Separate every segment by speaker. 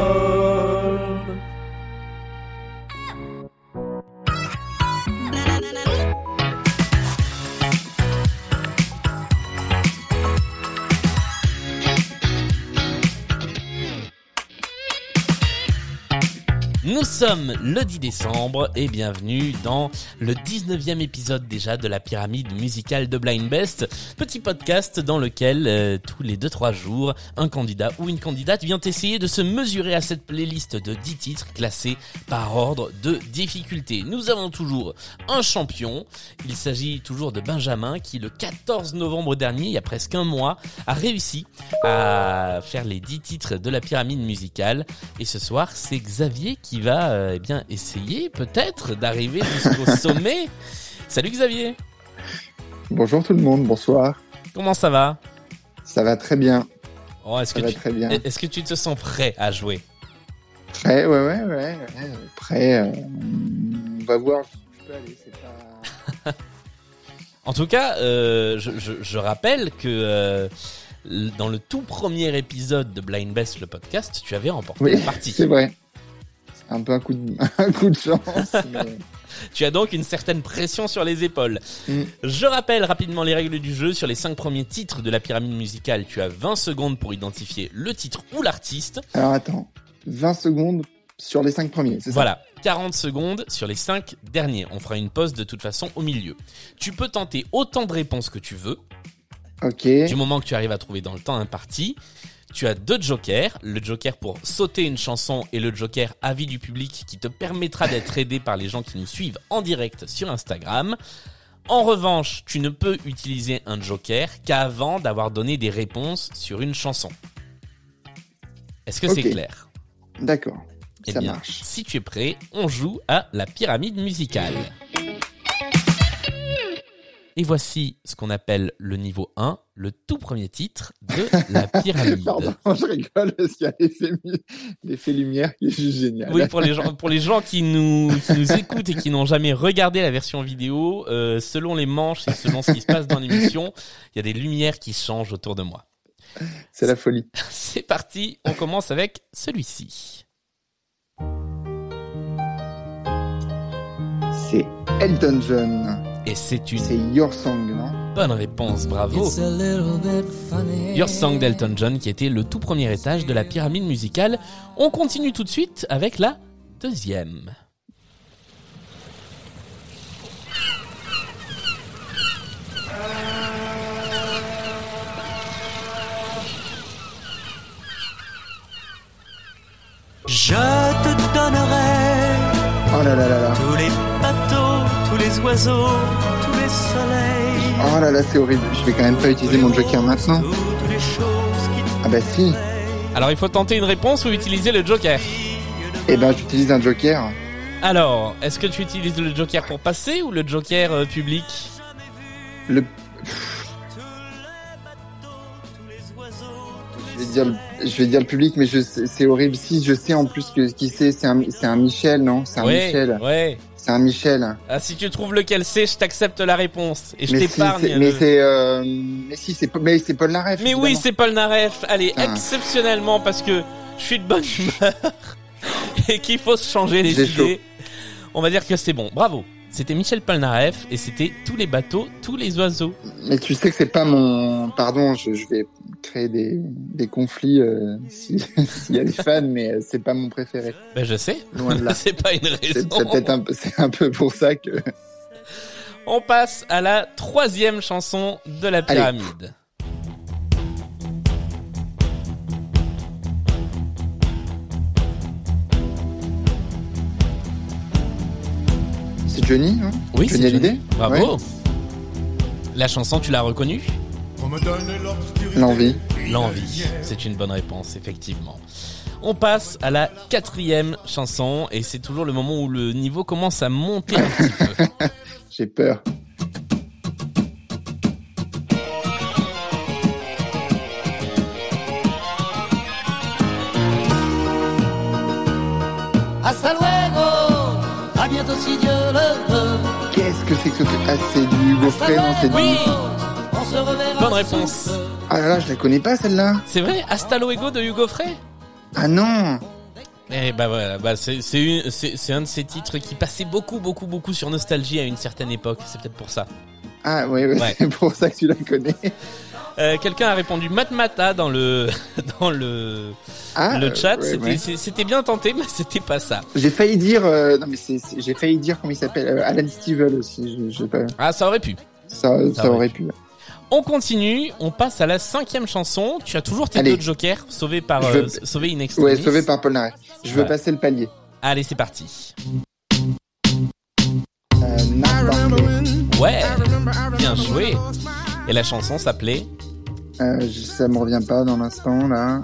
Speaker 1: Microstodome.
Speaker 2: Nous sommes le 10 décembre et bienvenue dans le 19e épisode déjà de la pyramide musicale de Blind Best, petit podcast dans lequel euh, tous les 2-3 jours, un candidat ou une candidate vient essayer de se mesurer à cette playlist de 10 titres classés par ordre de difficulté. Nous avons toujours un champion, il s'agit toujours de Benjamin qui le 14 novembre dernier, il y a presque un mois, a réussi à faire les 10 titres de la pyramide musicale. Et ce soir, c'est Xavier qui va euh, eh bien essayer peut-être d'arriver jusqu'au sommet. Salut Xavier,
Speaker 3: Bonjour tout le monde, bonsoir.
Speaker 2: comment ça va
Speaker 3: Ça va très bien,
Speaker 2: oh, Est-ce
Speaker 3: ça
Speaker 2: que,
Speaker 3: va
Speaker 2: tu-
Speaker 3: très bien.
Speaker 2: est-ce que tu te sens prêt à jouer
Speaker 3: Prêt, ouais, ouais, ouais. ouais. Prêt, euh, on va voir. Je peux aller, c'est pas...
Speaker 2: En tout cas, euh, je, je- je rappelle que euh, l- dans le tout premier épisode de Blind Best, le podcast, tu avais remporté
Speaker 3: Oui,
Speaker 2: la partie.
Speaker 3: C'est vrai. C'est un peu un coup de, un coup de chance. mais-
Speaker 2: Tu as donc une certaine pression sur les épaules.
Speaker 3: Mm.
Speaker 2: Je rappelle rapidement les règles du jeu. Sur les cinq premiers titres de la pyramide musicale, tu as 20 secondes pour identifier le titre ou l'artiste.
Speaker 3: Alors attends, 20 secondes sur les 5 premiers, c'est ça
Speaker 2: Voilà, 40 secondes sur les cinq derniers. On fera une pause de toute façon au milieu. Tu peux tenter autant de réponses que tu veux.
Speaker 3: Ok,
Speaker 2: Du moment que tu arrives à trouver dans le temps imparti, tu as deux jokers. Le joker pour sauter une chanson et le joker avis du public qui te permettra d'être aidé par les gens qui nous suivent en direct sur Instagram. En revanche, tu ne peux utiliser un joker qu'avant d'avoir donné des réponses sur une chanson. Est-ce que c'est
Speaker 3: Ok.
Speaker 2: clair
Speaker 3: d'accord,
Speaker 2: Eh
Speaker 3: ça
Speaker 2: bien,
Speaker 3: marche.
Speaker 2: Si tu es prêt, on joue à la pyramide musicale. Et voici ce qu'on appelle le niveau 1, le tout premier titre de la
Speaker 3: Pardon,
Speaker 2: pyramide.
Speaker 3: je rigole parce qu'il y a l'effet mu- l'effet lumière qui est juste génial.
Speaker 2: Oui, pour les gens, pour les gens qui nous, qui nous écoutent et qui n'ont jamais regardé la version vidéo, euh, selon les manches et selon ce qui se passe dans l'émission, il y a des lumières qui changent autour de moi.
Speaker 3: C'est la folie.
Speaker 2: C'est parti, on commence avec celui-ci.
Speaker 3: C'est Elton John.
Speaker 2: Et c'est une
Speaker 3: C'est Your Song, non
Speaker 2: bonne réponse, bravo.
Speaker 4: It's a little bit funny.
Speaker 2: Your Song d'Elton John qui était le tout premier étage de la pyramide musicale. On continue tout de suite avec la deuxième.
Speaker 4: Je te donnerai
Speaker 3: Oh là là là là.
Speaker 4: tous les bateaux, tous les oiseaux, tous les soleils.
Speaker 3: Oh là là, c'est horrible. Je vais quand même pas utiliser mon joker maintenant.
Speaker 4: Toutes les choses qui
Speaker 3: Ah bah si.
Speaker 2: Alors il faut tenter une réponse ou utiliser le joker.
Speaker 3: Eh ben, j'utilise un joker.
Speaker 2: Alors, est-ce que tu utilises le joker pour passer ou le joker euh, public
Speaker 3: Le, je vais
Speaker 4: te
Speaker 3: dire, le- je vais dire le public, mais je sais- c'est horrible. Si je sais en plus que qui c'est, c'est un, c'est un Michel, non C'est un
Speaker 2: Ouais,
Speaker 3: Michel.
Speaker 2: ouais.
Speaker 3: C'est un Michel.
Speaker 2: Ah, si tu trouves lequel c'est, je t'accepte la réponse et je
Speaker 3: mais si,
Speaker 2: t'épargne.
Speaker 3: c'est-
Speaker 2: le-
Speaker 3: mais c'est, euh, mais si, c'est, mais c'est Paul Naref.
Speaker 2: Mais oui,
Speaker 3: évidemment. Ah.
Speaker 2: c'est Paul Naref. Allez,
Speaker 3: Putain.
Speaker 2: exceptionnellement parce que je suis de bonne humeur et qu'il faut se changer les
Speaker 3: J'ai
Speaker 2: idées. On va dire que c'est bon. Bravo. C'était Michel Polnareff et c'était tous les bateaux, tous les oiseaux.
Speaker 3: Mais tu sais que c'est pas mon, pardon, je, je vais créer des, des conflits euh, si- s'il y a des fans, mais euh, c'est pas mon préféré.
Speaker 2: Ben je sais,
Speaker 3: Loin de là.
Speaker 2: c'est pas une raison.
Speaker 3: C'est c'est peut-être un, peu- c'est un peu pour ça que.
Speaker 2: On passe à la troisième chanson de la
Speaker 3: Allez.
Speaker 2: pyramide.
Speaker 3: C'est Johnny, hein
Speaker 2: Oui,
Speaker 3: Johnny Hallyday
Speaker 2: Bravo. La chanson, tu l'as reconnue
Speaker 3: L'envie.
Speaker 2: L'envie, c'est une bonne réponse, effectivement. On passe à la quatrième chanson, et c'est toujours le moment où le niveau commence à monter un petit peu.
Speaker 3: J'ai peur.
Speaker 5: Hasta luego, à bientôt si Dieu le veut.
Speaker 3: Qu'est-ce que c'est que ce truc Ah, c'est du Hugo
Speaker 5: Hasta
Speaker 3: Frey, non, c'est du.
Speaker 5: luego, on se reverra.
Speaker 2: Bonne bonne réponse.
Speaker 3: Ah là là, je la connais pas celle-là.
Speaker 2: C'est vrai Hasta luego de Hugo Frey
Speaker 3: Ah non
Speaker 2: Eh bah voilà, bah c'est c'est une- c'est- c'est un de ces titres qui passait beaucoup, beaucoup, beaucoup sur Nostalgie à une certaine époque. C'est peut-être pour ça.
Speaker 3: Ah ouais, ouais,
Speaker 2: Ouais.
Speaker 3: c'est pour ça que tu la connais.
Speaker 2: Euh, Quelqu'un a répondu Matmata dans le dans le
Speaker 3: Ah,
Speaker 2: le chat.
Speaker 3: euh, ouais,
Speaker 2: C'était-
Speaker 3: ouais.
Speaker 2: c'est- C'était bien tenté, mais c'était pas ça.
Speaker 3: J'ai failli dire, euh, non mais c'est, c'est- j'ai failli dire comment il s'appelle, euh, Alan Stivell aussi. Je, je sais pas,
Speaker 2: Ah, ça aurait pu.
Speaker 3: ça, ça
Speaker 2: Ah ouais.
Speaker 3: aurait pu.
Speaker 2: On continue, on passe à la cinquième chanson. Tu as toujours tes
Speaker 3: Allez.
Speaker 2: deux jokers, sauvés par
Speaker 3: Je
Speaker 2: euh,
Speaker 3: veux-
Speaker 2: sauvé in extremis.
Speaker 3: Ouais, sauvé par Paul Naref. Je veux
Speaker 2: Ouais.
Speaker 3: passer le palier.
Speaker 2: Allez, c'est parti.
Speaker 3: Euh, Narf Barkley.
Speaker 2: Ouais, bien joué. Et la chanson s'appelait
Speaker 3: Euh, je- ça me revient pas dans l'instant là.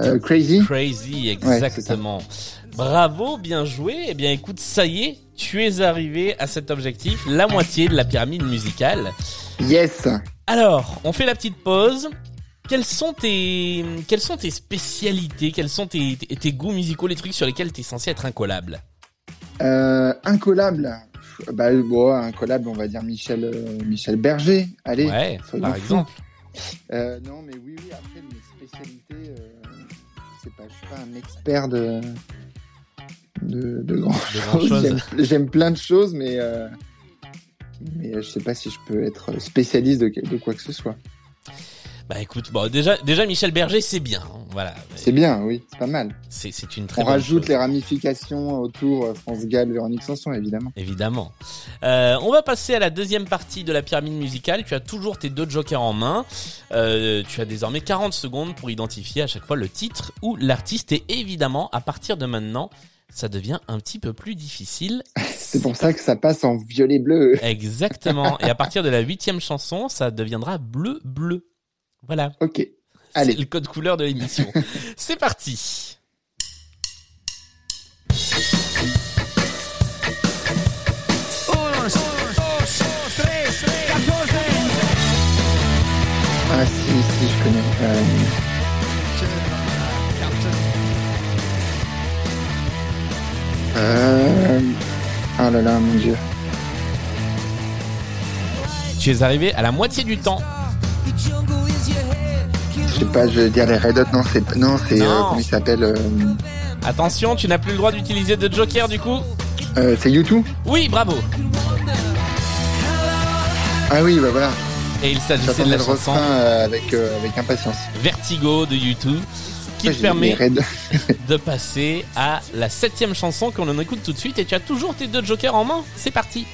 Speaker 3: Euh, crazy.
Speaker 2: Crazy,
Speaker 3: ça.
Speaker 2: exactement. Bravo, bien joué. Eh bien, écoute, ça y est, tu es arrivé à cet objectif, la moitié de la pyramide musicale.
Speaker 3: Yes.
Speaker 2: Alors, on fait la petite pause. Quelles sont tes, quelles sont tes spécialités Quels sont tes, tes, tes goûts musicaux, les trucs sur lesquels tu es censé être incollable
Speaker 3: Euh, incollable. Pff, Bah bon, incollable, on va dire Michel euh, Michel Berger. Allez.
Speaker 2: Ouais,
Speaker 3: soyons
Speaker 2: par
Speaker 3: fous.
Speaker 2: exemple.
Speaker 3: Euh, non, mais oui, oui. Après mes spécialités, euh, je sais pas, je suis pas un expert de de, de grand
Speaker 2: De grandes choses.
Speaker 3: J'aime- J'aime plein de choses, mais euh, mais euh, je sais pas si je peux être spécialiste de, de quoi que ce soit.
Speaker 2: Bah écoute, bon déjà, déjà Michel Berger c'est bien, hein, voilà.
Speaker 3: C'est bien, oui, c'est pas mal.
Speaker 2: C'est c'est une très
Speaker 3: on
Speaker 2: bonne
Speaker 3: rajoute
Speaker 2: chose,
Speaker 3: les ramifications autour euh, France Gall, Véronique Sanson, évidemment.
Speaker 2: Évidemment. Euh, on va passer à la deuxième partie de la pyramide musicale. Tu as toujours tes deux jokers en main. Euh, tu as désormais 40 secondes pour identifier à chaque fois le titre ou l'artiste. Et évidemment, à partir de maintenant, ça devient un petit peu plus difficile.
Speaker 3: C'est pour ça que ça passe en violet bleu.
Speaker 2: Exactement. Et à partir de la huitième chanson, ça deviendra bleu bleu. Voilà.
Speaker 3: Ok.
Speaker 2: C'est
Speaker 3: Allez.
Speaker 2: le code couleur de l'émission. C'est parti.
Speaker 3: Ah si, si, je connais. Euh, euh, Ah là là, mon dieu.
Speaker 2: Tu es arrivé à la moitié du temps.
Speaker 3: Je sais pas, je vais dire les Red Hot. Non, c'est non, c'est euh,
Speaker 2: Non.
Speaker 3: comment il s'appelle euh,
Speaker 2: Attention, tu n'as plus le droit d'utiliser de joker du coup.
Speaker 3: euh, C'est YouTube.
Speaker 2: Oui, bravo.
Speaker 3: Ah oui, bah voilà.
Speaker 2: Et il s'agissait de
Speaker 3: J'attendais
Speaker 2: la
Speaker 3: le
Speaker 2: chanson
Speaker 3: refrain euh, avec euh, avec impatience.
Speaker 2: Vertigo de YouTube qui
Speaker 3: Après,
Speaker 2: te
Speaker 3: j'ai
Speaker 2: permet
Speaker 3: les Red-
Speaker 2: de passer à la septième chanson qu'on en écoute tout de suite et tu as toujours tes deux jokers en main. C'est parti.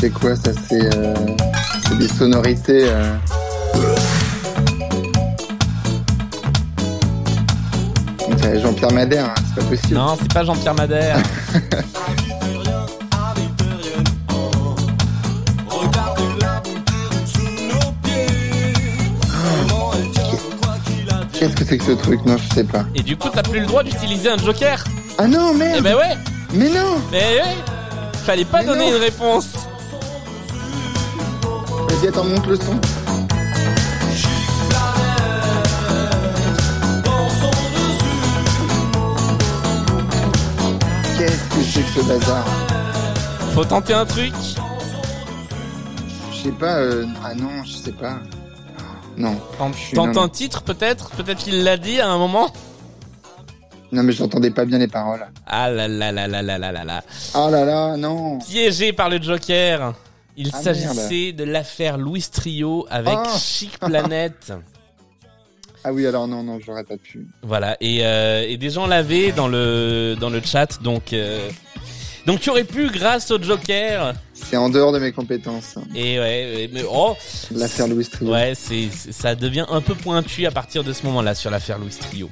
Speaker 3: C'est quoi ça C'est euh, c'est des sonorités. euh. On dirait Jean-Pierre Madère, hein, c'est pas possible.
Speaker 2: Non, c'est pas Jean-Pierre Madère.
Speaker 3: Qu'est-ce que c'est que ce truc Non, je sais pas.
Speaker 2: Et du coup, t'as plus le droit d'utiliser un joker.
Speaker 3: Ah non, merde
Speaker 2: Eh ben ouais,
Speaker 3: Mais non
Speaker 2: mais ouais. Fallait pas
Speaker 3: Mais
Speaker 2: donner
Speaker 3: non.
Speaker 2: une réponse.
Speaker 3: Vas-y, attends, monte le son. Qu'est-ce que c'est que ce bazar
Speaker 2: Faut tenter un truc.
Speaker 3: Je sais pas. euh, Ah non, je sais pas. Non.
Speaker 2: Tente-
Speaker 3: suis-
Speaker 2: Tente
Speaker 3: non,
Speaker 2: un
Speaker 3: non.
Speaker 2: titre peut-être. Peut-être qu'il l'a dit à un moment.
Speaker 3: Non, mais j'entendais pas bien les paroles.
Speaker 2: Ah là là là là là là là là.
Speaker 3: Ah là là, non.
Speaker 2: piégé par le Joker. Il
Speaker 3: Ah,
Speaker 2: s'agissait de l'affaire Louis Trio avec
Speaker 3: Ah.
Speaker 2: Chic Planet.
Speaker 3: Ah oui, alors non, non, j'aurais pas pu.
Speaker 2: voilà, et, euh, et des gens l'avaient dans le, dans le chat, donc... euh, donc tu aurais pu grâce au Joker
Speaker 3: C'est en dehors de mes compétences. hein,
Speaker 2: et ouais mais oh
Speaker 3: L'affaire Louis Trio.
Speaker 2: ouais c'est c'est- ça devient un peu pointu à partir de ce moment-là sur l'affaire Louis Trio.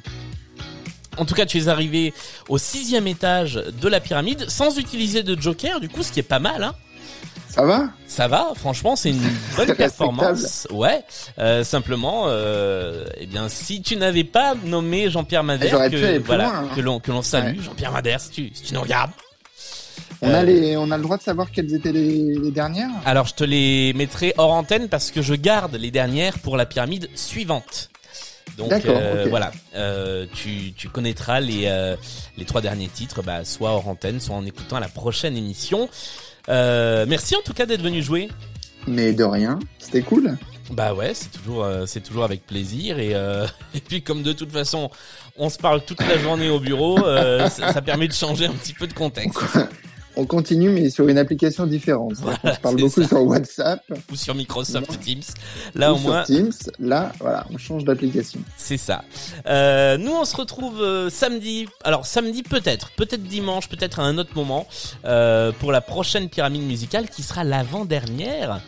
Speaker 2: En tout cas tu es arrivé au sixième étage de la pyramide sans utiliser de Joker du coup ce qui est pas mal hein.
Speaker 3: Ça va
Speaker 2: Ça va, franchement, c'est une bonne
Speaker 3: C'est
Speaker 2: performance. Ouais, euh, simplement, euh, eh bien, si tu n'avais pas nommé Jean-Pierre Madère,
Speaker 3: J'aurais pu aller
Speaker 2: que
Speaker 3: plus
Speaker 2: voilà,
Speaker 3: loin, hein.
Speaker 2: que l'on que l'on salue, Jean-Pierre Madère, si tu, si tu nous regardes.
Speaker 3: on,
Speaker 2: Euh,
Speaker 3: a les, on a le droit de savoir quelles étaient les, les dernières
Speaker 2: Alors, je te les mettrai hors antenne parce que je garde les dernières pour la pyramide suivante. Donc
Speaker 3: D'accord,
Speaker 2: euh,
Speaker 3: ok.
Speaker 2: voilà, Euh, tu, tu connaîtras les, euh, les trois derniers titres, bah, soit hors antenne, soit en écoutant la prochaine émission. Euh, merci en tout cas d'être venu jouer.
Speaker 3: Mais de rien, c'était cool.
Speaker 2: Bah ouais, c'est toujours, euh, c'est toujours avec plaisir et, euh, et puis comme de toute façon, on se parle toute la journée au bureau, euh, ça, ça permet de changer un petit peu de contexte
Speaker 3: On continue, mais sur une application différente. on se parle
Speaker 2: c'est
Speaker 3: beaucoup
Speaker 2: ça.
Speaker 3: sur WhatsApp,
Speaker 2: ou sur Microsoft Teams. Là
Speaker 3: ou
Speaker 2: au moins,
Speaker 3: sur Teams. Là, voilà, on change d'application.
Speaker 2: c'est ça. Euh, nous on se retrouve euh, samedi. Alors samedi peut-être, peut-être dimanche, peut-être à un autre moment euh, pour la prochaine pyramide musicale qui sera l'avant-dernière.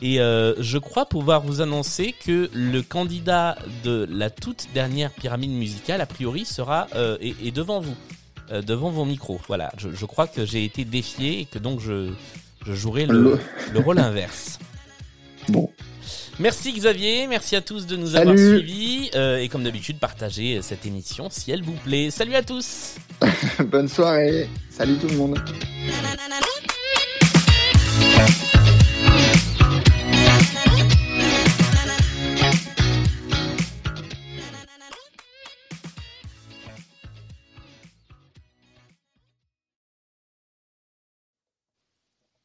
Speaker 2: Et euh, je crois pouvoir vous annoncer que le candidat de la toute dernière pyramide musicale, a priori, sera euh, est, est devant vous, euh, devant vos micros. Voilà, je, je crois que j'ai été défié et que donc je, je jouerai le,
Speaker 3: Le-
Speaker 2: le rôle inverse.
Speaker 3: Bon.
Speaker 2: Merci Xavier, merci à tous de nous
Speaker 3: Salut.
Speaker 2: avoir suivis euh, et comme d'habitude, partagez euh, cette émission si elle vous plaît. Salut à tous
Speaker 3: Bonne soirée. Salut tout le monde.